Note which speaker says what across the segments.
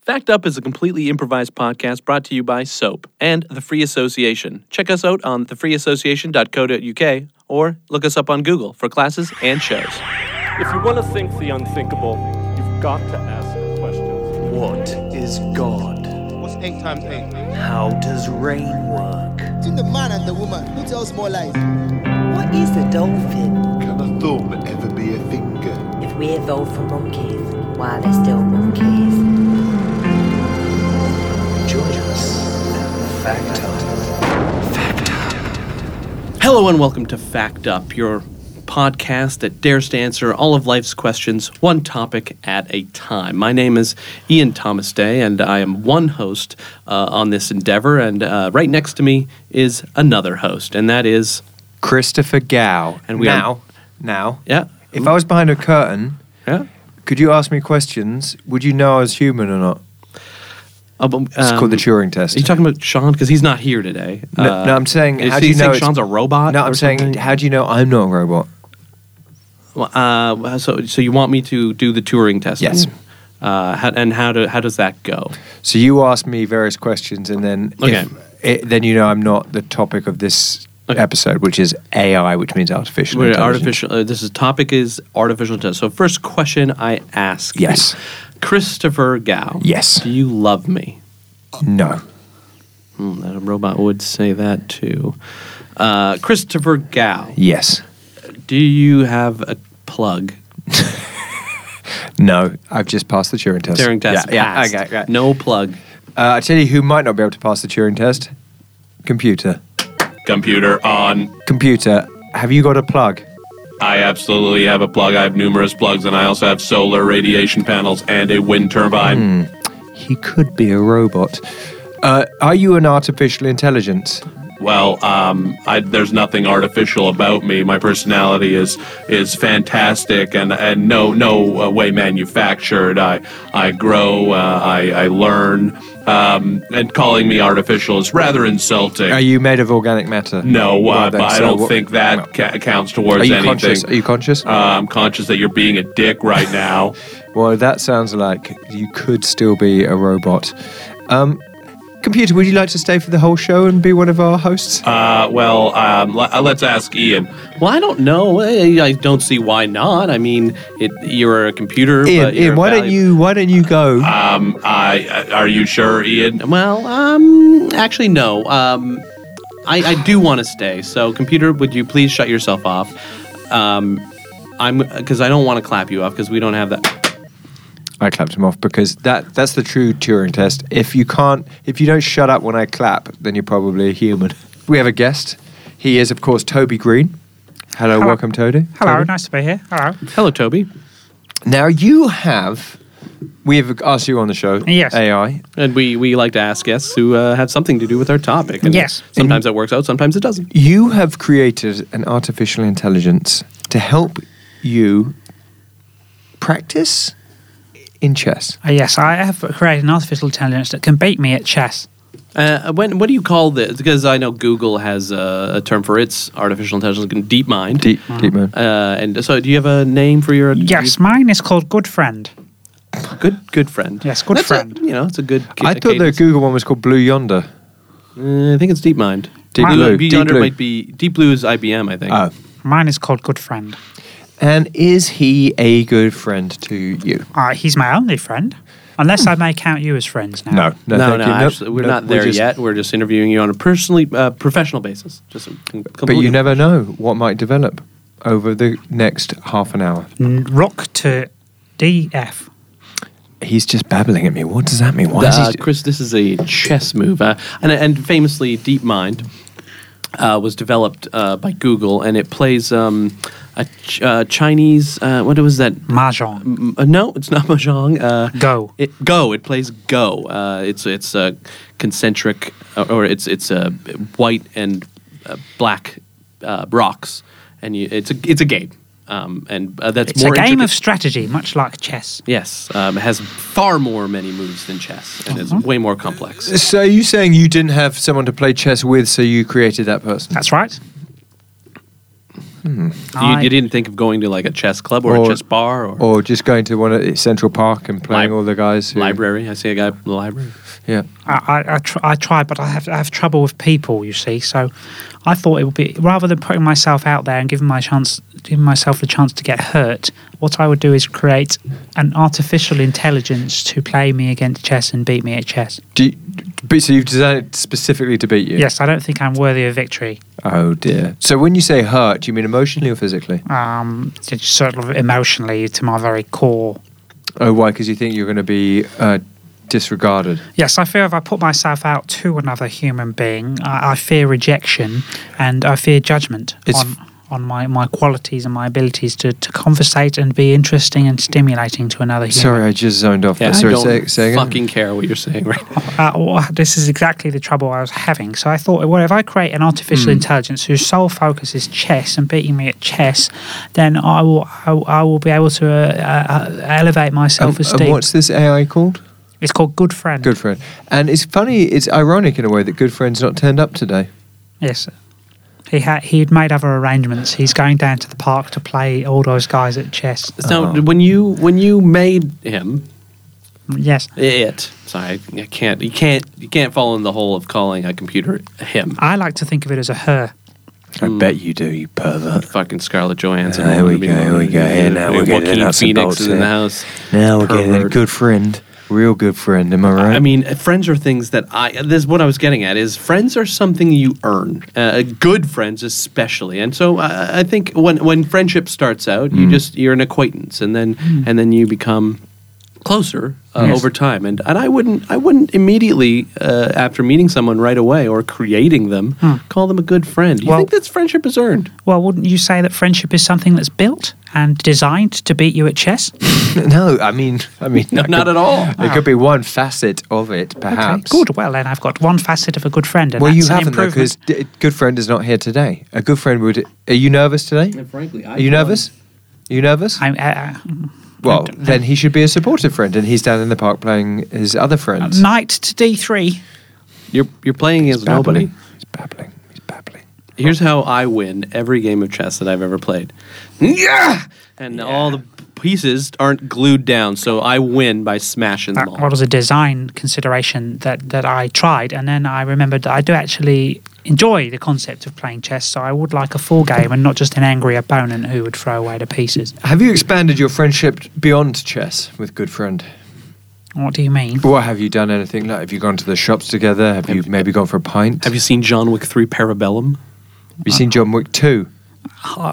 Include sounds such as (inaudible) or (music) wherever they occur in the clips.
Speaker 1: Fact Up is a completely improvised podcast brought to you by SOAP and The Free Association. Check us out on thefreeassociation.co.uk or look us up on Google for classes and shows.
Speaker 2: If you want to think the unthinkable, you've got to ask questions.
Speaker 3: What is God?
Speaker 4: What's eight times eight?
Speaker 3: How does rain work?
Speaker 5: between the man and the woman who tells more lies.
Speaker 6: What is the dolphin?
Speaker 7: Can a thumb ever be a finger?
Speaker 6: If we evolved from monkeys, why are there still monkeys?
Speaker 3: Join us at Fact Up.
Speaker 1: Hello and welcome to Fact Up, your podcast that dares to answer all of life's questions, one topic at a time. My name is Ian Thomas Day, and I am one host uh, on this endeavor. And uh, right next to me is another host, and that is
Speaker 8: Christopher Gao.
Speaker 1: And we
Speaker 8: now,
Speaker 1: are-
Speaker 8: now,
Speaker 1: yeah,
Speaker 8: if I was behind a curtain,
Speaker 1: yeah.
Speaker 8: could you ask me questions? Would you know I was human or not?
Speaker 1: Oh, but,
Speaker 8: It's
Speaker 1: um,
Speaker 8: called the Turing test.
Speaker 1: Are you talking about Sean? Because he's not here today.
Speaker 8: no,
Speaker 1: Uh,
Speaker 8: no, I'm saying,
Speaker 1: is
Speaker 8: how
Speaker 1: he
Speaker 8: do you
Speaker 1: saying
Speaker 8: know it's-
Speaker 1: Sean's a robot?
Speaker 8: No,
Speaker 1: or
Speaker 8: I'm saying,
Speaker 1: something?
Speaker 8: how do you know I'm not a robot?
Speaker 1: Well, uh, so, so you want me to do the Turing test?
Speaker 8: Yes.
Speaker 1: Uh, how, and how do how does that go?
Speaker 8: So you ask me various questions, and then if
Speaker 1: Okay.
Speaker 8: it, then you know I'm not the topic of this
Speaker 1: Okay.
Speaker 8: episode, which is AI, which means artificial.
Speaker 1: Wait,
Speaker 8: intelligence.
Speaker 1: artificial. Uh, this is topic is artificial intelligence. So first question I ask. you.
Speaker 8: Yes.
Speaker 1: Christopher Gao.
Speaker 8: Yes.
Speaker 1: Do you love me?
Speaker 8: No.
Speaker 1: Hmm, a robot would say that too. Uh, Christopher Gao.
Speaker 8: Yes.
Speaker 1: Do you have a plug?
Speaker 8: No. I've just passed the Turing test.
Speaker 1: Turing test.
Speaker 8: Yeah. yeah,
Speaker 1: passed.
Speaker 8: Okay. Right.
Speaker 1: No plug.
Speaker 8: Uh, I tell you who might not be able to pass the Turing test. Computer.
Speaker 1: Computer on.
Speaker 8: Computer, have you got a plug?
Speaker 1: I absolutely have a plug. I have numerous plugs, and I also have solar radiation panels and a wind turbine.
Speaker 8: He could be a robot. Uh, are you an artificial intelligence?
Speaker 9: Well, um, I, there's nothing artificial about me. My personality is is fantastic, and and no no uh, way manufactured. I I grow, uh, I I learn, um, and calling me artificial is rather insulting.
Speaker 8: Are you made of organic matter?
Speaker 9: no, uh,
Speaker 8: Well, then,
Speaker 9: but I
Speaker 8: so
Speaker 9: don't
Speaker 8: what-
Speaker 9: think
Speaker 8: no.
Speaker 9: that ca- counts towards
Speaker 8: Are you
Speaker 9: anything.
Speaker 8: conscious? Are you conscious?
Speaker 9: Uh, I'm conscious that you're being a dick right
Speaker 8: (laughs)
Speaker 9: now.
Speaker 8: well, that sounds like you could still be a robot. Um, computer, would you like to stay for the whole show and be one of our hosts?
Speaker 9: Uh, well, um, le- uh, let's ask Ian.
Speaker 1: Well, I don't know. I I don't see why not. I mean, it, you're a computer.
Speaker 8: Ian,
Speaker 1: but you're
Speaker 8: Ian, why don't
Speaker 1: valu-
Speaker 8: you? Why don't you go?
Speaker 9: Um, I, uh, are you sure, Ian?
Speaker 1: Well, um, actually, no. Um, I, I do want to stay. So, computer, would you please shut yourself off? Um, I'm because I don't want to clap you off because we don't have that.
Speaker 8: I clapped him off because that that's the true Turing test. If you can't, if you don't shut up when I clap, then you're probably a human. (laughs) We have a guest. He is, of course, Toby Green. Hello, welcome, Toby.
Speaker 10: Hello,
Speaker 8: Toby.
Speaker 10: nice to be here. Hello.
Speaker 1: (laughs) Hello, Toby.
Speaker 8: Now you have. We have asked you on the show.
Speaker 10: Yes.
Speaker 8: AI.
Speaker 1: And we, we like to ask guests who uh, have something to do with our topic. And
Speaker 10: Yes.
Speaker 1: Sometimes that works out. Sometimes it doesn't.
Speaker 8: You have created an artificial intelligence to help you practice in chess.
Speaker 10: Uh, yes, I have created an artificial intelligence that can beat me at chess.
Speaker 1: Uh, when what do you call this? Because I know Google has a, a term for its artificial intelligence, deep mind.
Speaker 8: Deep, deep man.
Speaker 1: Uh, and so, do you have a name for your?
Speaker 10: Yes, mine is called Good Friend.
Speaker 1: good, good friend.
Speaker 10: Yes, good
Speaker 1: That's a-
Speaker 10: friend.
Speaker 1: you know, it's a good. ca-
Speaker 8: I thought the
Speaker 1: cadence.
Speaker 8: Google one was called Blue Yonder.
Speaker 1: Uh, I think it's Deep Mind.
Speaker 8: Deep Blue, Deep
Speaker 1: Yonder
Speaker 8: Blue.
Speaker 1: might be Deep Blue is IBM. I think.
Speaker 8: Oh.
Speaker 10: Mine is called Good Friend.
Speaker 8: And is he a good friend to you?
Speaker 10: Uh, he's my only friend, unless I may count you as friends now.
Speaker 1: no, no,
Speaker 8: thank you. Nope,
Speaker 1: actually, we're
Speaker 8: nope,
Speaker 1: not there
Speaker 8: just-
Speaker 1: yet. We're just interviewing you on a personally uh, professional basis. Just a com-
Speaker 8: But
Speaker 1: completely-
Speaker 8: you never know what might develop over the next half an hour.
Speaker 10: N- Rook to DF.
Speaker 8: He's just babbling at me. What does that mean? Why is he?
Speaker 1: Uh, Chris, this is a chess move, uh, and, and famously, DeepMind uh, was developed uh, by Google, and it plays um, a ch- uh, Chinese. Uh, what was that?
Speaker 10: Mahjong.
Speaker 1: M- uh, no, it's not (laughs) mahjong. Uh,
Speaker 10: Go.
Speaker 1: It go. It plays go. Uh, it's it's uh, concentric, uh, or it's it's uh, white and uh, black uh, rocks, and you, it's a it's a game, um, and uh, that's
Speaker 10: It's a
Speaker 1: more
Speaker 10: game
Speaker 1: intricate-
Speaker 10: of strategy, much like chess.
Speaker 1: Yes, um, it has far more many moves than chess, and Uh-huh. it's way more complex.
Speaker 8: so are you saying you didn't have someone to play chess with, so you created that person?
Speaker 10: That's right.
Speaker 1: Hmm. You,
Speaker 10: I-
Speaker 1: you didn't think of going to like a chess club or, a
Speaker 8: Or-
Speaker 1: chess bar or,
Speaker 8: Or just going to one at Central Park and playing
Speaker 1: Lib-
Speaker 8: all the guys. Who,
Speaker 1: library? I see a guy in the library.
Speaker 8: Yeah.
Speaker 10: I, I, I, tr- I try, but I have, I have trouble with people, you see. So I thought it would be rather than putting myself out there and giving my chance, giving myself the chance to get hurt. What I would do is create an artificial intelligence to play me against chess and beat me at chess.
Speaker 8: Do you, but so you've designed it specifically to beat you?
Speaker 10: Yes, I don't think I'm worthy of victory.
Speaker 8: Oh dear. So when you say hurt, do you mean emotionally or physically?
Speaker 10: Um, it's sort of emotionally to my very core.
Speaker 8: Oh, why? Because you think you're going to be uh, disregarded.
Speaker 10: Yes, I fear if I put myself out to another human being, I, I fear rejection and I fear judgment
Speaker 8: It's-
Speaker 10: on, on my, my qualities and my abilities to, to conversate and be interesting and stimulating to another human.
Speaker 8: Sorry, I just zoned off.
Speaker 1: Yeah, I
Speaker 8: Sorry,
Speaker 1: don't
Speaker 8: say, say again.
Speaker 1: fucking care what you're saying right now.
Speaker 10: Uh, well, this is exactly the trouble I was having. So I thought, well, if I create an artificial
Speaker 8: Hmm.
Speaker 10: intelligence whose sole focus is chess and beating me at chess, then I will I, will- I will be able to uh, uh, elevate my
Speaker 8: Um,
Speaker 10: self
Speaker 8: and
Speaker 10: esteem.
Speaker 8: what's this AI called?
Speaker 10: it's called Good Friend.
Speaker 8: Good friend. And it's funny. It's ironic in a way that good friend's not turned up today.
Speaker 10: Yes. He had he'd made other arrangements. He's going down to the park to play all those guys at chess.
Speaker 1: So when you when you made him
Speaker 10: Yes.
Speaker 1: it, sorry, I, I can't you can't you can't fall in the hole of calling a computer him.
Speaker 10: I like to think of it as a her.
Speaker 8: I
Speaker 1: Hmm.
Speaker 8: bet you do, you pervert.
Speaker 1: Fucking Scarlett Johansson.
Speaker 8: Yeah, Uh, here we
Speaker 1: I mean,
Speaker 8: go, here we go. Here, now we're getting
Speaker 1: Joaquin
Speaker 8: nuts and
Speaker 1: Phoenix
Speaker 8: bolts
Speaker 1: is in the
Speaker 8: here.
Speaker 1: house.
Speaker 8: Now we're getting a
Speaker 1: Pervert.
Speaker 8: good friend, real good friend. Am I right?
Speaker 1: I mean, friends are things that I. This is what I was getting at. Is friends are something you earn. Uh, good friends, especially. And so uh, I think when when friendship starts out, you just you're an acquaintance, and then and then you become closer uh, over time. And and I wouldn't I wouldn't immediately uh, after meeting someone right away or creating them call them a good friend. You
Speaker 10: Well-
Speaker 1: think that friendship is earned?
Speaker 10: Well, wouldn't you say that friendship is something that's built and designed to beat you at chess?
Speaker 8: (laughs) no, I mean, I mean,
Speaker 1: (laughs) No,
Speaker 8: I
Speaker 1: not at all.
Speaker 8: It could be one facet of it, perhaps.
Speaker 10: Okay, good. Well, then I've got one facet of a good friend, and
Speaker 8: Well, you
Speaker 10: that's an
Speaker 8: haven't though,
Speaker 10: improvement.
Speaker 8: because d- good friend is not here today. A good friend would. Are you nervous today?
Speaker 1: frankly, I
Speaker 8: Are you nervous? Are you nervous?
Speaker 10: I'm, uh,
Speaker 8: well, then he should be a supportive friend, and he's down in the park playing his other friends.
Speaker 10: uh, knight to d3.
Speaker 1: You're you're playing as
Speaker 8: He's
Speaker 1: nobody.
Speaker 8: babbling. He's babbling. He's babbling.
Speaker 1: Here's how I win every game of chess that I've ever played. Yeah! And all the pieces aren't glued down, so I win by smashing
Speaker 10: That
Speaker 1: them all.
Speaker 10: was a design consideration that, that I tried, and then I remembered that I do actually enjoy the concept of playing chess, so I would like a full game and not just an angry opponent who would throw away the pieces.
Speaker 8: Have you expanded your friendship beyond chess with good friend?
Speaker 10: What do you mean?
Speaker 8: Or have you done anything? Like, have you gone to the shops together? Have, you maybe gone for a pint?
Speaker 1: Have you seen John Wick 3 Parabellum?
Speaker 8: Have you seen John Wick two?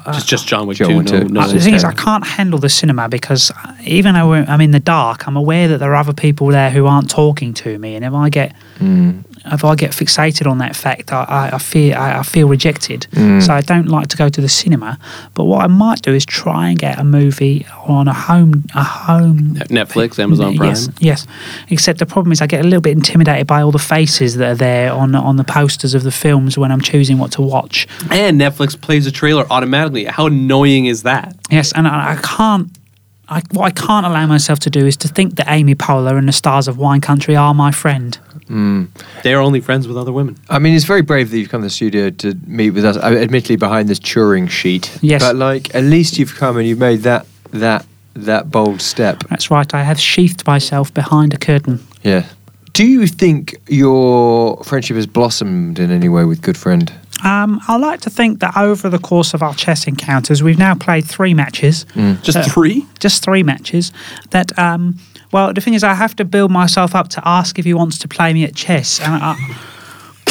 Speaker 1: just, just John Wick
Speaker 8: John
Speaker 1: 2.
Speaker 8: Wick
Speaker 1: No,
Speaker 8: 2.
Speaker 1: no.
Speaker 10: Uh, the thing is, I can't handle the cinema because uh, even though I'm in the dark, I'm aware that there are other people there who aren't talking to me, and if I get
Speaker 1: Hmm.
Speaker 10: if I get fixated on that fact, I, I, I feel I, I feel rejected.
Speaker 1: Hmm.
Speaker 10: So I don't like to go to the cinema. But what I might do is try and get a movie on a home a home
Speaker 1: Netflix, Amazon Prime.
Speaker 10: Yes, yes. Except the problem is, I get a little bit intimidated by all the faces that are there on on the posters of the films when I'm choosing what to watch.
Speaker 1: And Netflix plays a trailer automatically. How annoying is that?
Speaker 10: Yes, and I, I can't. I, what I can't allow myself to do is to think that Amy Poehler and the stars of Wine Country are my friend.
Speaker 1: They're only friends with other women.
Speaker 8: I mean, it's very brave that you've come to the studio to meet with us. I- Admittedly, behind this Turing sheet.
Speaker 10: Yes.
Speaker 8: But like, at least you've come and you've made that that that bold step.
Speaker 10: That's right. I have sheathed myself behind a curtain.
Speaker 8: Yeah. Do you think your friendship has blossomed in any way with good friend?
Speaker 10: Um, I like to think that over the course of our chess encounters, we've now played three matches.
Speaker 1: Just
Speaker 10: Uh,
Speaker 1: three?
Speaker 10: just three matches. That um, well, the thing is, I have to build myself up to ask if he wants to play me at chess. And I,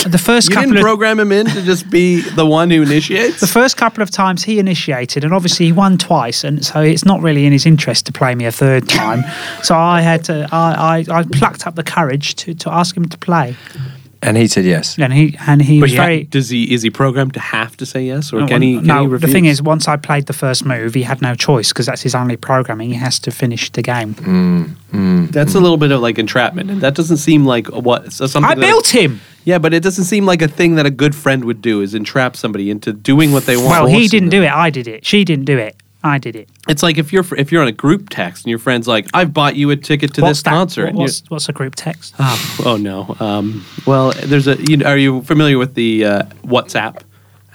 Speaker 10: the first
Speaker 1: You
Speaker 10: couple
Speaker 1: didn't
Speaker 10: of
Speaker 1: program him in to just be the one who initiates?
Speaker 10: the first couple of times he initiated, and obviously he won twice, and so it's not really in his interest to play me a third time. so I had to, I, I, I plucked up the courage to, to ask him to play,
Speaker 8: And he said yes.
Speaker 10: and he and he
Speaker 1: but
Speaker 10: was
Speaker 1: he ha-
Speaker 10: very.
Speaker 1: does he is he programmed to have to say yes, or
Speaker 10: no,
Speaker 1: can he? Can
Speaker 10: no,
Speaker 1: he
Speaker 10: the thing
Speaker 1: refuse?
Speaker 10: is, once I played the first move, he had no choice because that's his only programming. He has to finish the game.
Speaker 1: That's a little bit of like entrapment, and that doesn't seem like what so something.
Speaker 10: I
Speaker 1: that-
Speaker 10: built him.
Speaker 1: Yeah, but it doesn't seem like a thing that a good friend would do is entrap somebody into doing what they want.
Speaker 10: Well, he didn't do it. I did it. She didn't do it. I did it.
Speaker 1: It's like if you're if you're on a group text and your friend's like, "I've bought you a ticket to
Speaker 10: what's
Speaker 1: this
Speaker 10: that?
Speaker 1: concert."
Speaker 10: What-
Speaker 1: and you-
Speaker 10: what's, what's a group text?
Speaker 1: Um, oh, oh no. Um, well, there's a. You know, are you familiar with the uh, WhatsApp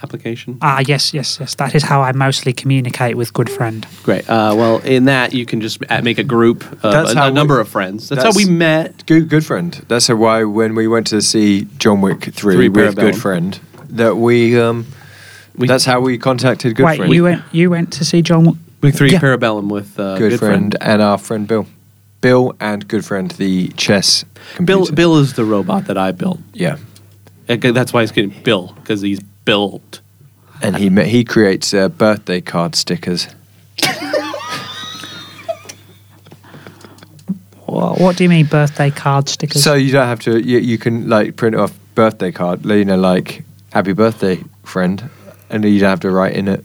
Speaker 1: application?
Speaker 10: Ah, yes, yes, yes. That is how I mostly communicate with good friend.
Speaker 1: Great. Uh, well, in that you can just a- make a group, uh,
Speaker 8: That's
Speaker 1: a,
Speaker 8: how
Speaker 1: a
Speaker 8: we-
Speaker 1: number of friends. That's, how
Speaker 8: that's-
Speaker 1: we met.
Speaker 8: Good, good friend. That's why when we went to see John Wick three,
Speaker 1: Three
Speaker 8: with
Speaker 1: Parabellum.
Speaker 8: good friend, that we, um,
Speaker 1: We-
Speaker 8: that's how we contacted good
Speaker 10: Wait,
Speaker 8: friend.
Speaker 10: you went you went to see John? Wa-
Speaker 1: We three
Speaker 10: Yeah.
Speaker 1: Parabellum with uh,
Speaker 8: good, friend, and our friend Bill, Bill and good friend the chess.
Speaker 1: Bill.
Speaker 8: Computer.
Speaker 1: Bill is the robot that I built.
Speaker 8: Yeah,
Speaker 1: Okay, That's why he's getting Bill because he's built.
Speaker 8: and he ma- he creates uh, birthday card stickers.
Speaker 10: What, what do you mean birthday card stickers?
Speaker 8: So you don't have to. You, you can like print off birthday card, you know, like "Happy Birthday, friend," and you don't have to write in it.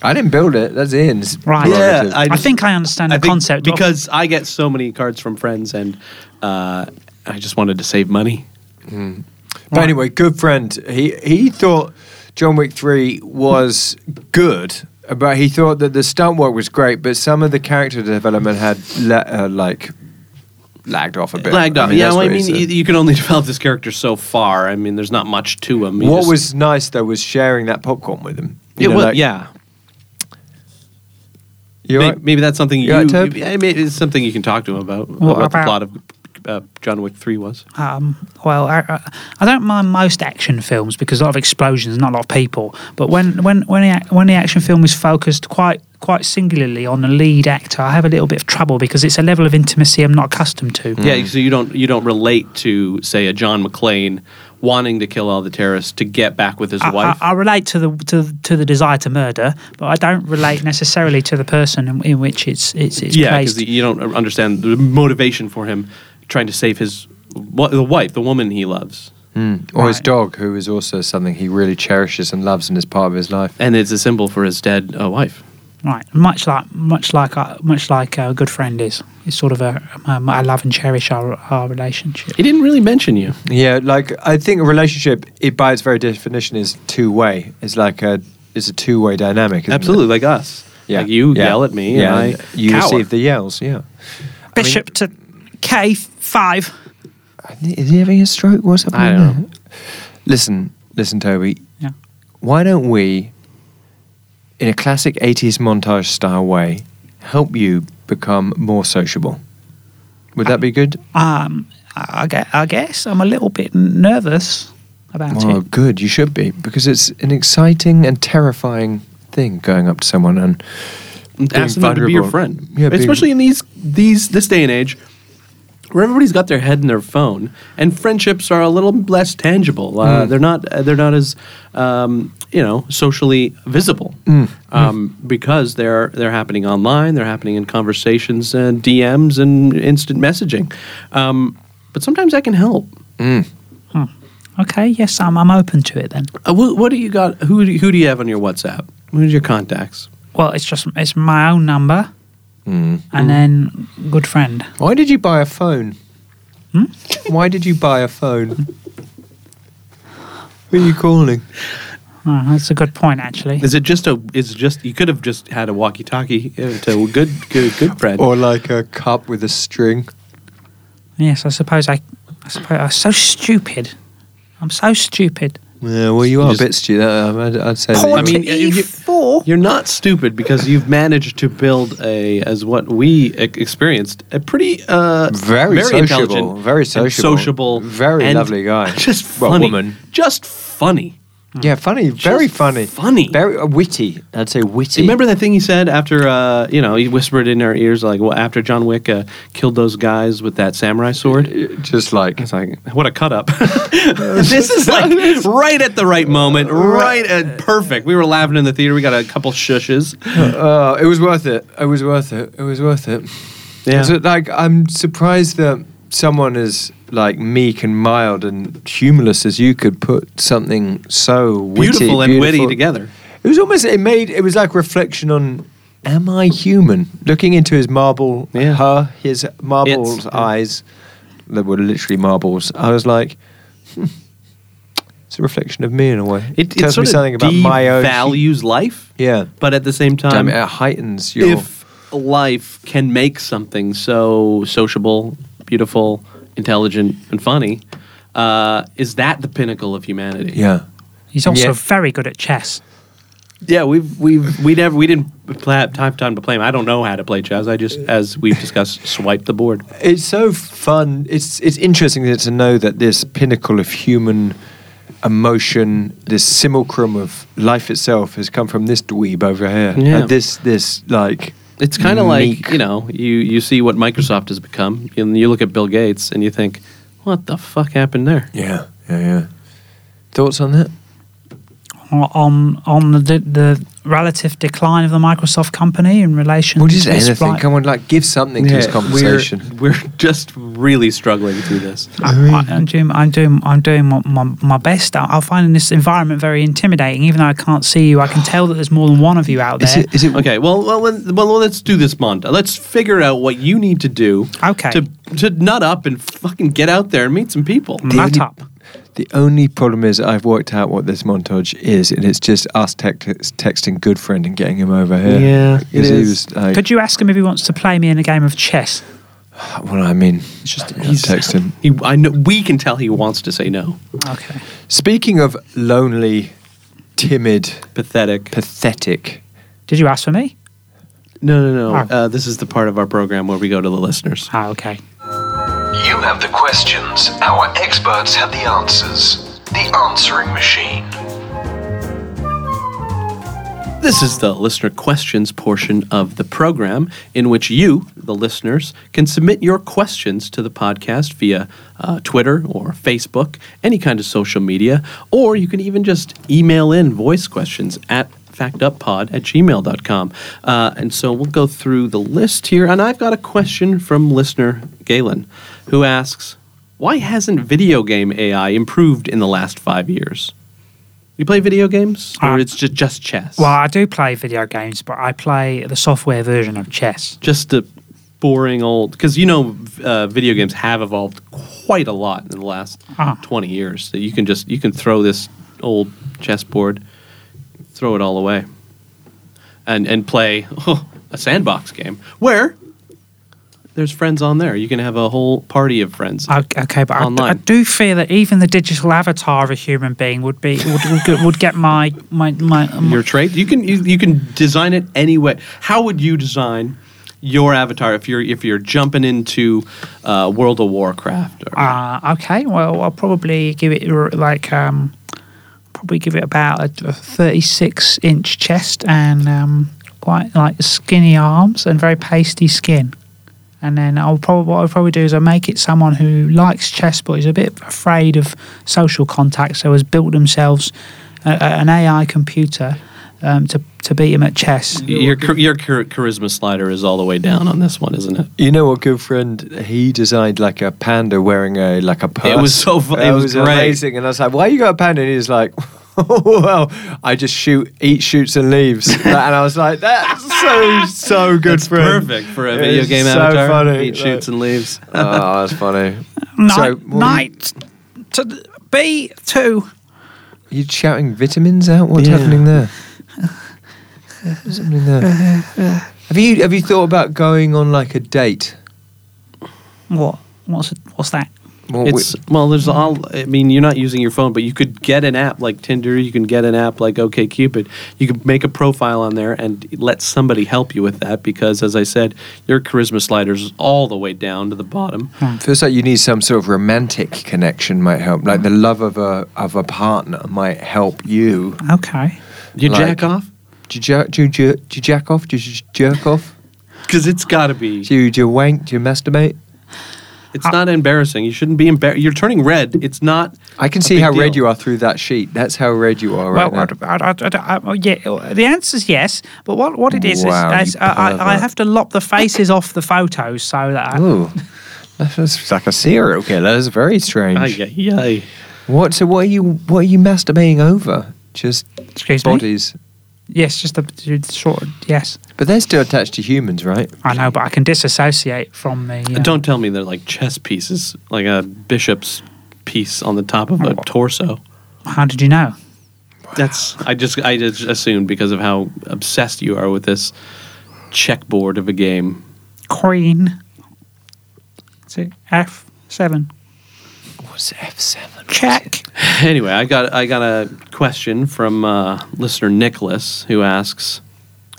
Speaker 8: I didn't build it. That's Ian's.
Speaker 10: Right.
Speaker 8: prerogative.
Speaker 1: I
Speaker 10: I,
Speaker 1: just-
Speaker 10: think I understand the
Speaker 1: think
Speaker 10: concept of-
Speaker 1: because I get so many cards from friends, and uh, I just wanted to save money.
Speaker 8: But anyway, good friend. He he thought John Wick three was good, but he thought that the stunt work was great, but some of the character development had la- uh, like lagged off a bit.
Speaker 1: Lagged off. yeah,
Speaker 8: that's
Speaker 1: well, I
Speaker 8: what he
Speaker 1: mean, you,
Speaker 8: said.
Speaker 1: you can only (laughs) develop this character so far. I mean, there's not much to him. You
Speaker 8: what
Speaker 1: just-
Speaker 8: was nice though was sharing that popcorn with him.
Speaker 1: Yeah,
Speaker 8: You know,
Speaker 1: well,
Speaker 8: like-
Speaker 1: yeah.
Speaker 8: You
Speaker 1: May-
Speaker 8: all
Speaker 1: maybe,
Speaker 8: right?
Speaker 1: that's something you.
Speaker 8: You all right, Tob?
Speaker 1: yeah, maybe it's something you can talk to him about.
Speaker 10: What
Speaker 1: about the
Speaker 10: about-
Speaker 1: plot of uh, John Wick Three was.
Speaker 10: Um, well, I, I- I don't mind most action films because a lot of explosions, not a lot of people. But when when when the, ac- when the action film is focused quite quite singularly on the lead actor, I have a little bit of trouble because it's a level of intimacy I'm not accustomed to.
Speaker 1: Yeah, so you don't you don't relate to say a John McClane wanting to kill all the terrorists to get back with his
Speaker 10: I,
Speaker 1: wife.
Speaker 10: I, I relate to the to, to the desire to murder, but I don't relate necessarily to the person in, in which it's it's, it's
Speaker 1: yeah,
Speaker 10: placed.
Speaker 1: because you don't understand the motivation for him trying to save his wa- the wife, the woman he loves,
Speaker 8: or his
Speaker 10: Right.
Speaker 8: dog, who is also something he really cherishes and loves and is part of his life.
Speaker 1: and it's a symbol for his dead uh, wife.
Speaker 10: Right, much like much like uh, much like a good friend is. It's sort of a um, I love and cherish our our relationship.
Speaker 1: He didn't really mention you.
Speaker 8: Yeah, like I think a relationship, it by its very definition, is two way. It's like a it's a two way dynamic. isn't it?
Speaker 1: Absolutely, like us.
Speaker 8: Yeah.
Speaker 1: Like you
Speaker 8: Yeah.
Speaker 1: yell at me,
Speaker 8: Yeah,
Speaker 1: and I
Speaker 8: you
Speaker 1: cower.
Speaker 8: receive the yells. Yeah.
Speaker 10: Bishop to K five.
Speaker 8: Is he having a stroke? What's happening?
Speaker 1: I don't know.
Speaker 8: Listen, listen, Toby.
Speaker 10: Yeah.
Speaker 8: Why don't we, in a classic '80s montage style way, help you become more sociable? Would that be good?
Speaker 10: Um, I, I gue- I guess I'm a little bit nervous about
Speaker 8: Well, uh,
Speaker 10: it.
Speaker 8: good. You should be because it's an exciting and terrifying thing going up to someone and
Speaker 1: asking them to be your
Speaker 8: vulnerable.
Speaker 1: friend.
Speaker 8: Yeah, being-
Speaker 1: especially in these these this day and age, where everybody's got their head in their phone, and friendships are a little less tangible. Uh, They're not uh, they're not as um, you know socially visible Um, because they're they're happening online. They're happening in conversations and DMs and instant messaging. Um, but sometimes that can help.
Speaker 10: Okay, yes, I'm I'm open to it then.
Speaker 1: Uh, what, what do you got? Who do, who do you have on your WhatsApp? Who's your contacts?
Speaker 10: Well, it's just it's my own number,
Speaker 8: Hmm.
Speaker 10: and then good friend.
Speaker 8: Why did you buy a phone?
Speaker 1: Hmm?
Speaker 8: Why did you buy a phone? Who are you calling?
Speaker 10: Oh, that's a good point actually.
Speaker 1: Is it just a? Is it just you could have just had a walkie-talkie uh, to a good good good friend.
Speaker 8: Or like a cup with a string.
Speaker 10: Yes, I suppose I. I suppose I'm so stupid. I'm so stupid.
Speaker 8: Yeah, well, you are
Speaker 1: just-
Speaker 8: a bit stupid. uh, I'd, I'd say.
Speaker 1: I
Speaker 8: That
Speaker 1: mean,
Speaker 10: to E
Speaker 1: you- (laughs)
Speaker 10: four.
Speaker 1: You're not stupid because you've managed to build a, as what we e- experienced, a pretty uh,
Speaker 8: Very sociable,
Speaker 1: intelligent,
Speaker 8: very
Speaker 1: and
Speaker 8: sociable,
Speaker 1: sociable,
Speaker 8: very
Speaker 1: and
Speaker 8: lovely guy.
Speaker 1: (laughs) Just
Speaker 8: Well,
Speaker 1: funny,
Speaker 8: woman.
Speaker 1: just funny.
Speaker 8: yeah, funny, very
Speaker 1: Just
Speaker 8: funny,
Speaker 1: funny.
Speaker 8: very uh, witty. I'd say witty.
Speaker 1: Remember that thing he said after uh, you know he whispered in our ears like well, after John Wick uh, killed those guys with that samurai sword.
Speaker 8: Just like
Speaker 1: It's like (laughs) what a cut up. this is like (laughs) right at the right moment, right at perfect. We were laughing in the theater. We got a couple shushes.
Speaker 8: Uh, it was worth it. It was worth it. It was worth it.
Speaker 1: Yeah.
Speaker 8: So, like, I'm surprised that someone as like meek and mild and humorless as you could put something so witty,
Speaker 1: Beautiful Uh, and witty
Speaker 8: beautiful-
Speaker 1: together.
Speaker 8: It was almost. It made. It was like reflection on. Am I human? Looking into his marble,
Speaker 1: Yeah.
Speaker 8: her, his marbles
Speaker 1: It's- yeah.
Speaker 8: eyes, that were literally marbles. I was like, hmm, it's a reflection of me in a way.
Speaker 1: It, it
Speaker 8: tells
Speaker 1: sort
Speaker 8: me
Speaker 1: of
Speaker 8: something about my own
Speaker 1: values life.
Speaker 8: Yeah.
Speaker 1: but at the same
Speaker 8: I
Speaker 1: time,
Speaker 8: mean, it heightens your.
Speaker 1: if life can make something so sociable, beautiful, intelligent, and funny, uh, is that the pinnacle of humanity?
Speaker 8: yeah.
Speaker 10: He's also
Speaker 8: Yeah.
Speaker 10: very good at chess.
Speaker 1: Yeah, we've we've we never we didn't pla- have time time to play him. I don't know how to play chess. I just as we've discussed, (laughs) swipe the board.
Speaker 8: It's so fun. It's it's interesting that- to know that this pinnacle of human emotion, this simulacrum of life itself, has come from this dweeb over here.
Speaker 1: Yeah.
Speaker 8: Uh, this this like
Speaker 1: It's kind of
Speaker 8: meek-
Speaker 1: like you know you you see what Microsoft has become, and you look at Bill Gates and you think, what the fuck happened there?
Speaker 8: yeah yeah yeah. Thoughts on that?
Speaker 10: on on the, the relative decline of the Microsoft company in relation
Speaker 8: Well, just
Speaker 10: to its
Speaker 8: anything.
Speaker 10: right-
Speaker 8: Come on, like give something to this conversation.
Speaker 1: We're, we're just really struggling through this.
Speaker 10: I, I, I'm doing I'm doing I'm doing my, my, my best. I, I'm finding this environment very intimidating. Even though I can't see you, I can tell that there's more than one of you out
Speaker 8: Is
Speaker 10: there.
Speaker 8: it is it
Speaker 1: Okay, well, well, let- well, let's do this montage. Let's figure out what you need to do.
Speaker 10: Okay.
Speaker 1: To to nut up and fucking get out there and meet some people.
Speaker 10: Nut
Speaker 8: only-
Speaker 10: up.
Speaker 8: The only problem is I've worked out what this montage is, and it's just us tec- texting good friend and getting him over here.
Speaker 1: Yeah, it
Speaker 8: 'Cause he
Speaker 1: is.
Speaker 8: was like,
Speaker 10: Could you ask him if he wants to play me in a game of chess?
Speaker 8: Well, I mean,
Speaker 10: It's just
Speaker 8: I'll text him.
Speaker 1: He, I know we can tell he wants to say no.
Speaker 10: okay.
Speaker 8: Speaking of lonely, timid,
Speaker 1: Pathetic.
Speaker 8: pathetic.
Speaker 10: Did you ask for me?
Speaker 1: No, no, no.
Speaker 10: Oh.
Speaker 1: Uh, this is the part of our program where we go to the listeners.
Speaker 10: Ah, okay.
Speaker 4: You have the questions, our experts have the answers. The answering machine.
Speaker 1: This is the listener questions portion of the program, in which you, the listeners, can submit your questions to the podcast via uh, Twitter or Facebook, any kind of social media, or you can even just email in voice questions at factuppod at gmail.com. Uh, and so we'll go through the list here. And I've got a question from listener Galen, who asks Why hasn't video game AI improved in the last five years? You play video games, or
Speaker 10: Uh,
Speaker 1: it's just, just chess?
Speaker 10: Well, I do play video games, but I play the software version of chess.
Speaker 1: just the boring old because you know v- uh, video games have evolved quite a lot in the last
Speaker 10: Ah.
Speaker 1: 20 years so you can just you can throw this old chessboard throw it all away and and play (laughs) a sandbox game where there's friends on there you can have a whole party of friends
Speaker 10: Okay, okay but I, I
Speaker 1: Online.
Speaker 10: do fear that even the digital avatar of a human being would be would, would, get- would get my my my. my
Speaker 1: your trait. You can you, you can design it any way. How would you design your avatar if you're if you're jumping into uh, World of Warcraft? Or,
Speaker 10: uh, okay, well, I'll probably give it r- like um, probably give it about a, a thirty-six inch chest and um, quite like skinny arms and very pasty skin. And then I'll probably what I'll probably do is I'll make it someone who likes chess but is a bit afraid of social contact, so has built themselves a, a- an AI computer um, to to beat him at chess.
Speaker 1: your char- your char- charisma slider is all the way down on this one, isn't it?
Speaker 8: You know what, good friend? He designed like a panda wearing a like a purse.
Speaker 1: was so fu- it
Speaker 8: That
Speaker 1: was great.
Speaker 8: amazing. And I was like, "Why you got a panda?" And he's like, (laughs) "Well, I just shoot, eat, shoots,
Speaker 1: (laughs)
Speaker 8: and leaves." and I was like, "That's so so good,
Speaker 1: It's
Speaker 8: friend."
Speaker 1: perfect for a
Speaker 8: It
Speaker 1: video
Speaker 8: is
Speaker 1: game
Speaker 8: so
Speaker 1: avatar.
Speaker 8: funny,
Speaker 1: He shoots
Speaker 8: like-
Speaker 1: and leaves.
Speaker 8: (laughs) oh, that's funny.
Speaker 10: Knight,
Speaker 8: So, what were
Speaker 10: knight to B two.
Speaker 8: You shouting vitamins out? What's
Speaker 1: Yeah.
Speaker 8: happening there? What's happening there? have you have you thought about going on like a date?
Speaker 10: What? What's what's that?
Speaker 8: Well, we-
Speaker 1: It's well, there's all. I mean, you're not using your phone, but you could get an app like Tinder. You can get an app like OKCupid. You could make a profile on there and let somebody help you with that because, as I said, your charisma sliders is all the way down to the bottom.
Speaker 8: feels like you need some sort of romantic connection might help. Like the love of a of a partner might help you.
Speaker 10: Okay.
Speaker 1: You
Speaker 8: Like-
Speaker 1: jack off
Speaker 8: Do you, jerk, do, you, jer- do you jack off? Do you j- jerk off?
Speaker 1: because it's got to be.
Speaker 8: Do you, do you wank? Do you masturbate?
Speaker 1: It's not embarrassing. You shouldn't be embarrassed. You're turning red. It's not.
Speaker 8: I can
Speaker 1: a
Speaker 8: see
Speaker 1: big
Speaker 8: how red
Speaker 1: deal.
Speaker 8: you are through that sheet. That's how red you are right
Speaker 10: well,
Speaker 8: now.
Speaker 10: I, I, I, I, I- yeah, uh, the answer's yes, but what, what it is
Speaker 8: Wow, you
Speaker 10: is, is I, I, I
Speaker 8: pervert. Mm.
Speaker 10: have to lop the faces off the photos so that I,
Speaker 8: Ooh, that's like a serial killer. That's very
Speaker 10: Oh,
Speaker 8: strange.
Speaker 1: Ay, ay, ay.
Speaker 8: What? So what are you? What are you masturbating over? Just
Speaker 10: excuse me.
Speaker 8: bodies.
Speaker 10: Yes, just the sort. of- Yes,
Speaker 8: But they're still attached to humans, right?
Speaker 10: I know, but I can disassociate from the. Uh,
Speaker 1: Don't tell me they're like chess pieces, like a bishop's piece on the top of a torso.
Speaker 10: uh, How did you know?
Speaker 1: Oh. That's I just I just assumed because of how obsessed you are with this checkboard of a game.
Speaker 10: Queen. Is it F seven?
Speaker 8: was F7.
Speaker 10: Check.
Speaker 1: Anyway, I got I got a question from uh, listener Nicholas who asks,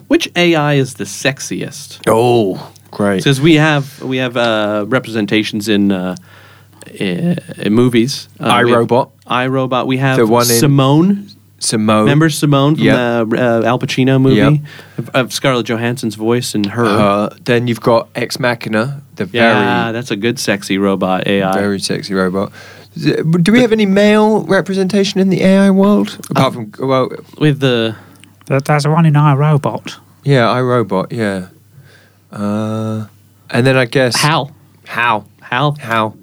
Speaker 1: which AI is the sexiest?
Speaker 8: Oh, great.
Speaker 1: Says we have we have uh, representations in. Uh, i- in movies, uh, we have
Speaker 8: iRobot.
Speaker 1: iRobot. We have
Speaker 8: The one in-
Speaker 1: Simone.
Speaker 8: Simone.
Speaker 1: Remember Simone from
Speaker 8: Yeah.
Speaker 1: the uh, Al Pacino movie
Speaker 8: Yeah.
Speaker 1: of, of Scarlett Johansson's voice and her.
Speaker 8: Uh, then you've got Ex Machina, the
Speaker 1: Uh-huh. yeah,
Speaker 8: very,
Speaker 1: that's a good sexy robot AI.
Speaker 8: very sexy robot. Z- Do we have any male representation in the AI
Speaker 1: Uh,
Speaker 8: world? Apart from, well,
Speaker 1: With the
Speaker 10: That, that's the one in iRobot.
Speaker 8: yeah, iRobot, yeah. Uh, and then I guess.
Speaker 1: Hal,
Speaker 8: How?
Speaker 1: Hal,
Speaker 8: How?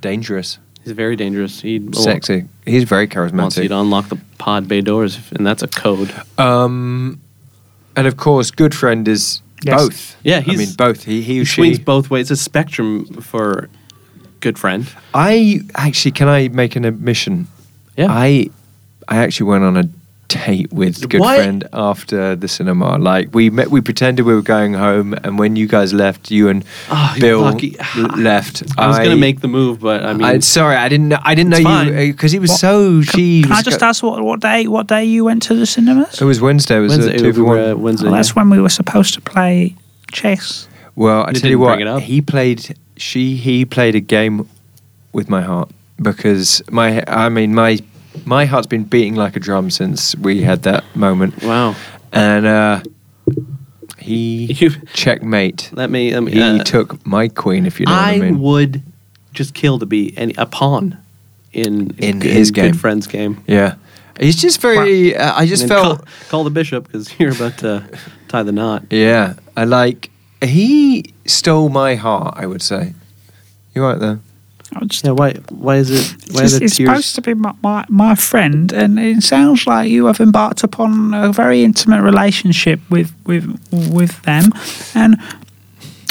Speaker 8: Dangerous.
Speaker 1: he's very dangerous. He
Speaker 8: Sexy. He's very
Speaker 1: wants Oh. you
Speaker 8: charismatic.
Speaker 1: to unlock the pod bay doors, and that's a code.
Speaker 8: Um, and of course, good friend is
Speaker 10: Yes.
Speaker 8: both.
Speaker 1: Yeah,
Speaker 8: I
Speaker 1: he's-
Speaker 8: mean both. He, he or
Speaker 1: Swings
Speaker 8: she.
Speaker 1: both ways. It's a spectrum for good friend.
Speaker 8: I actually can I make an admission?
Speaker 1: Yeah.
Speaker 8: I I actually went on a date with good
Speaker 1: What?
Speaker 8: friend after the cinema. Like we met, we pretended we were going home, and when you guys left, you and
Speaker 1: Ah, you
Speaker 8: Bill
Speaker 1: lucky-
Speaker 8: l- left.
Speaker 1: I was gonna make the move, but I mean,
Speaker 8: I, sorry, I didn't. know I didn't know
Speaker 1: It's
Speaker 8: you
Speaker 1: fine.
Speaker 8: because it was
Speaker 10: What-
Speaker 8: so.
Speaker 10: Can,
Speaker 8: she
Speaker 10: can I
Speaker 8: was
Speaker 10: just
Speaker 8: go-
Speaker 10: ask what, what day what day you went to the cinemas?
Speaker 8: It was Wednesday. It was
Speaker 1: Wednesday,
Speaker 8: a two
Speaker 1: we
Speaker 8: for
Speaker 1: were,
Speaker 8: one. Oh,
Speaker 1: uh, Wednesday.
Speaker 10: Well, that's when we were supposed to play chess.
Speaker 8: Well, I
Speaker 1: You
Speaker 8: tell you
Speaker 1: didn't
Speaker 8: what,
Speaker 1: bring it up.
Speaker 8: he played. She he played a game with my heart because my I mean my my heart's been beating like a drum since we had that moment.
Speaker 1: Wow.
Speaker 8: And uh, he
Speaker 1: You-
Speaker 8: checkmate.
Speaker 1: let me. Let me
Speaker 8: He
Speaker 1: uh,
Speaker 8: took my queen, if you know
Speaker 1: I
Speaker 8: what I mean.
Speaker 1: would just kill to be any, a pawn in
Speaker 8: In his game.
Speaker 1: good friend's game.
Speaker 8: yeah, he's just very. Uh, I just
Speaker 1: And then
Speaker 8: felt.
Speaker 1: call, call the bishop because (laughs) you're about to tie the knot.
Speaker 8: Yeah, I like. He stole my heart. I would say. You right there?
Speaker 10: I was just-
Speaker 1: Yeah, why? Why is it? Why
Speaker 10: It's,
Speaker 1: are the tears?
Speaker 10: it's supposed to be my, my, my friend, and it sounds like you have embarked upon a very intimate relationship with with with them. And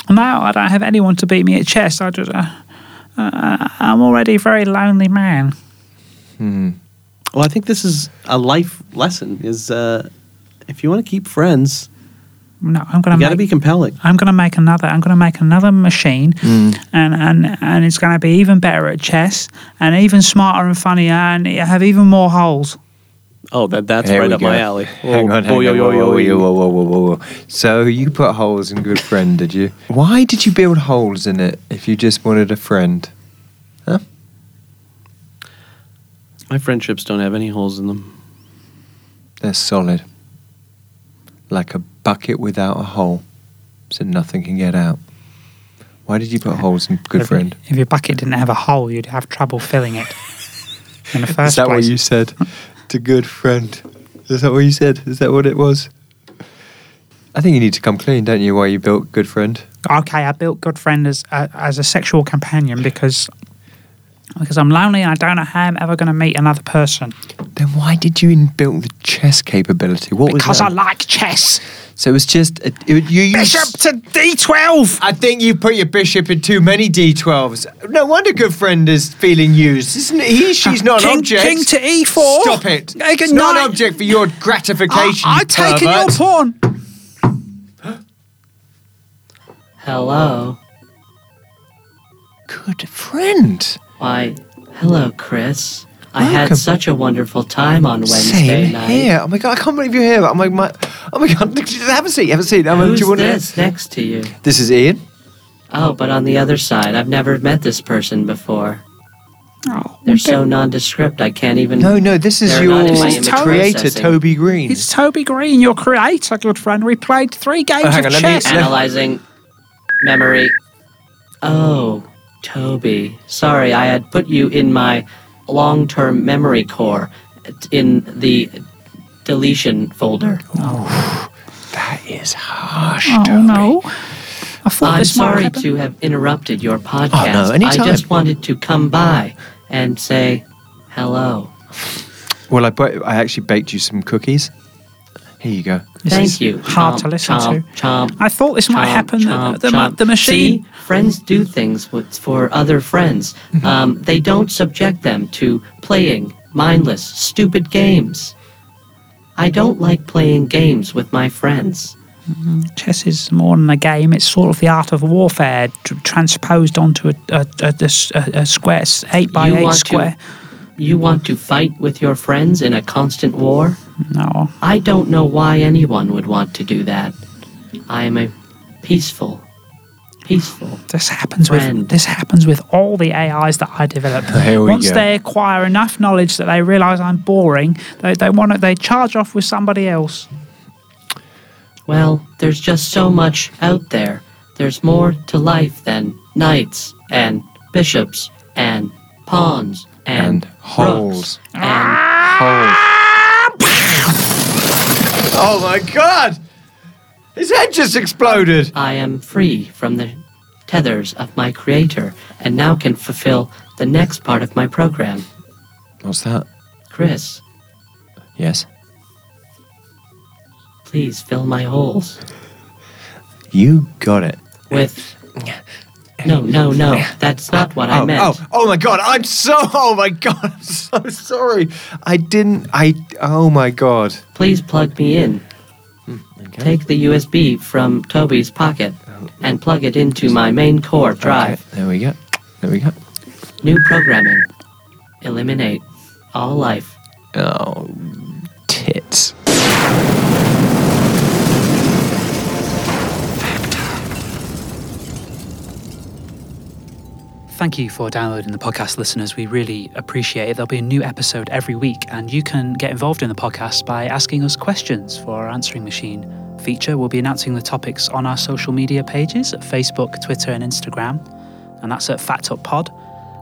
Speaker 10: now I don't have anyone to beat me at chess. I just, uh, uh, I'm already a very lonely man.
Speaker 1: well, I think this is a life lesson. Is uh, if you want to keep friends,
Speaker 10: No, I'm
Speaker 1: you
Speaker 10: going
Speaker 1: got to
Speaker 10: to
Speaker 1: be
Speaker 10: make.
Speaker 1: compelling.
Speaker 10: I'm going to make another. I'm going to make another machine,
Speaker 1: Mm.
Speaker 10: and, and and it's going to be even better at chess, and even smarter and funnier, and it'll have even more holes.
Speaker 1: Oh, that that's
Speaker 8: Here
Speaker 1: right
Speaker 8: we
Speaker 1: up
Speaker 8: go.
Speaker 1: my alley.
Speaker 8: Hang
Speaker 1: Oh,
Speaker 8: on, hang
Speaker 1: boy,
Speaker 8: on.
Speaker 1: yo,
Speaker 8: Whoa,
Speaker 1: yo,
Speaker 8: whoa,
Speaker 1: yo, yo.
Speaker 8: whoa, whoa, whoa, whoa, whoa. So you put holes in good friend, did you? Why did you build holes in it if you just wanted a friend?
Speaker 1: My friendships don't have any holes in them.
Speaker 8: They're solid, like a bucket without a hole, so nothing can get out. Why did you put holes in good
Speaker 10: if,
Speaker 8: friend?
Speaker 10: If your bucket didn't have a hole, you'd have trouble filling it. In the first
Speaker 8: (laughs) Is that what
Speaker 10: place.
Speaker 8: you said? To good friend. Is that what you said? Is that what it was? I think you need to come clean, don't you? Why you built good friend?
Speaker 10: okay, I built good friend as uh, as a sexual companion because because I'm lonely and I don't know how I'm ever going to meet another person.
Speaker 8: Then why did you in- build the chess capability? What was
Speaker 10: because
Speaker 8: that?
Speaker 10: I like chess.
Speaker 8: So it was just a, it, you used-
Speaker 10: Bishop to D12.
Speaker 8: I think you put your bishop in too many d12s. No wonder good friend is feeling used. Isn't it? he? She's not
Speaker 10: king,
Speaker 8: an object.
Speaker 10: King to E4.
Speaker 8: Stop it.
Speaker 10: Take a
Speaker 8: It's not
Speaker 10: knight.
Speaker 8: an object for your
Speaker 10: I,
Speaker 8: gratification.
Speaker 10: I
Speaker 8: you
Speaker 10: taken your
Speaker 8: pervert.
Speaker 10: pawn.
Speaker 11: Hello.
Speaker 8: Good friend.
Speaker 11: Why, hello, Chris. I
Speaker 8: Welcome.
Speaker 11: had such a wonderful time on Wednesday
Speaker 8: Same
Speaker 11: night.
Speaker 8: here. Oh my god, I can't believe you're here. Oh my, my oh my god, (laughs) have a seat, have a seat. Um,
Speaker 11: Who's
Speaker 8: do you want
Speaker 11: this next to you?
Speaker 8: To, this is Ian.
Speaker 11: Oh, but on the other side, I've never met this person before.
Speaker 10: Oh,
Speaker 11: They're so nondescript, I can't even.
Speaker 8: No, no, this is
Speaker 11: They're
Speaker 8: your
Speaker 11: not in my
Speaker 10: image
Speaker 8: creator,
Speaker 11: processing.
Speaker 8: Toby Green.
Speaker 10: It's Toby Green, your creator, good friend. We played three games
Speaker 8: Oh, hang
Speaker 10: of
Speaker 8: on, let me-
Speaker 10: chess.
Speaker 8: let-
Speaker 11: Analyzing memory. Oh, Toby. Sorry, I had put you in my long term memory core t- in the deletion folder.
Speaker 8: that is harsh,
Speaker 10: oh
Speaker 8: Toby.
Speaker 10: no! I thought
Speaker 11: I'm
Speaker 10: this might
Speaker 11: sorry
Speaker 10: happen.
Speaker 11: to have interrupted your
Speaker 8: Oh,
Speaker 11: podcast.
Speaker 8: no, anytime.
Speaker 11: I just wanted to come by and say hello.
Speaker 8: Well, I, bu- I actually baked you some cookies. Here you go.
Speaker 10: This is
Speaker 11: Thank you.
Speaker 10: Hard
Speaker 11: Chomp,
Speaker 10: to listen
Speaker 11: chomp,
Speaker 10: to.
Speaker 11: Chomp,
Speaker 10: I thought this might
Speaker 11: chomp,
Speaker 10: happen. The-
Speaker 11: chomp,
Speaker 10: the, ma-
Speaker 11: chomp.
Speaker 10: the machine. Mm-hmm.
Speaker 11: See, friends do things with, for other friends. Um, they don't subject them to playing mindless, stupid games. I don't like playing games with my friends.
Speaker 10: Chess is more than a game. It's sort of the art of warfare tr- transposed onto a, a, a- a s- a- a square, s- eight by
Speaker 11: You
Speaker 10: eight
Speaker 11: want
Speaker 10: square.
Speaker 11: to you want to fight with your friends in a constant war?
Speaker 10: No,
Speaker 11: I don't know why anyone would want to do that. I am a peaceful, peaceful.
Speaker 10: this happens
Speaker 11: Friend.
Speaker 10: with this happens with all the AIs that I develop.
Speaker 8: (laughs) Here we
Speaker 10: Once
Speaker 8: go.
Speaker 10: they acquire enough knowledge that they realise I'm boring, they they want to, they charge off with somebody else.
Speaker 11: Well, there's just so much out there. There's more to life than knights and bishops and pawns and,
Speaker 8: And holes.
Speaker 11: rooks and
Speaker 8: Holes.
Speaker 11: Ah!
Speaker 8: oh my god! His head just exploded!
Speaker 11: I am free from the tethers of my creator and now can fulfill the next part of my program.
Speaker 8: What's that?
Speaker 11: Chris,
Speaker 8: Yes.
Speaker 11: please fill my holes
Speaker 8: You got it. (laughs)
Speaker 11: with. No, no, no. That's not what I
Speaker 8: oh,
Speaker 11: meant.
Speaker 8: oh, oh my god, I'm so oh my god, I'm so sorry. I didn't I oh my god.
Speaker 11: Please plug me in. Take the USB from Toby's pocket and plug it into my main core drive.
Speaker 8: Okay, there we go. There we go.
Speaker 11: New programming. Eliminate all life.
Speaker 8: Oh tits.
Speaker 10: Thank you for downloading the podcast, listeners. We really appreciate it. There'll be a new episode every week, and you can get involved in the podcast by asking us questions for our answering machine feature. We'll be announcing the topics on our social media pages at Facebook, Twitter, and Instagram, and that's at Fat Up Pod.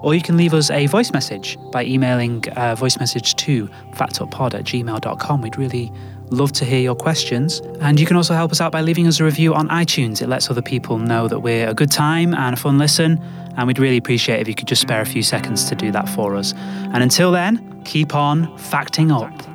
Speaker 10: Or you can leave us a voice message by emailing uh, voice message to fatuppod at gmail.com. We'd really love to hear your questions. And you can also help us out by leaving us a review on iTunes. It lets other people know that we're a good time and a fun listen. And we'd really appreciate if you could just spare a few seconds to do that for us. And until then, keep on facting up.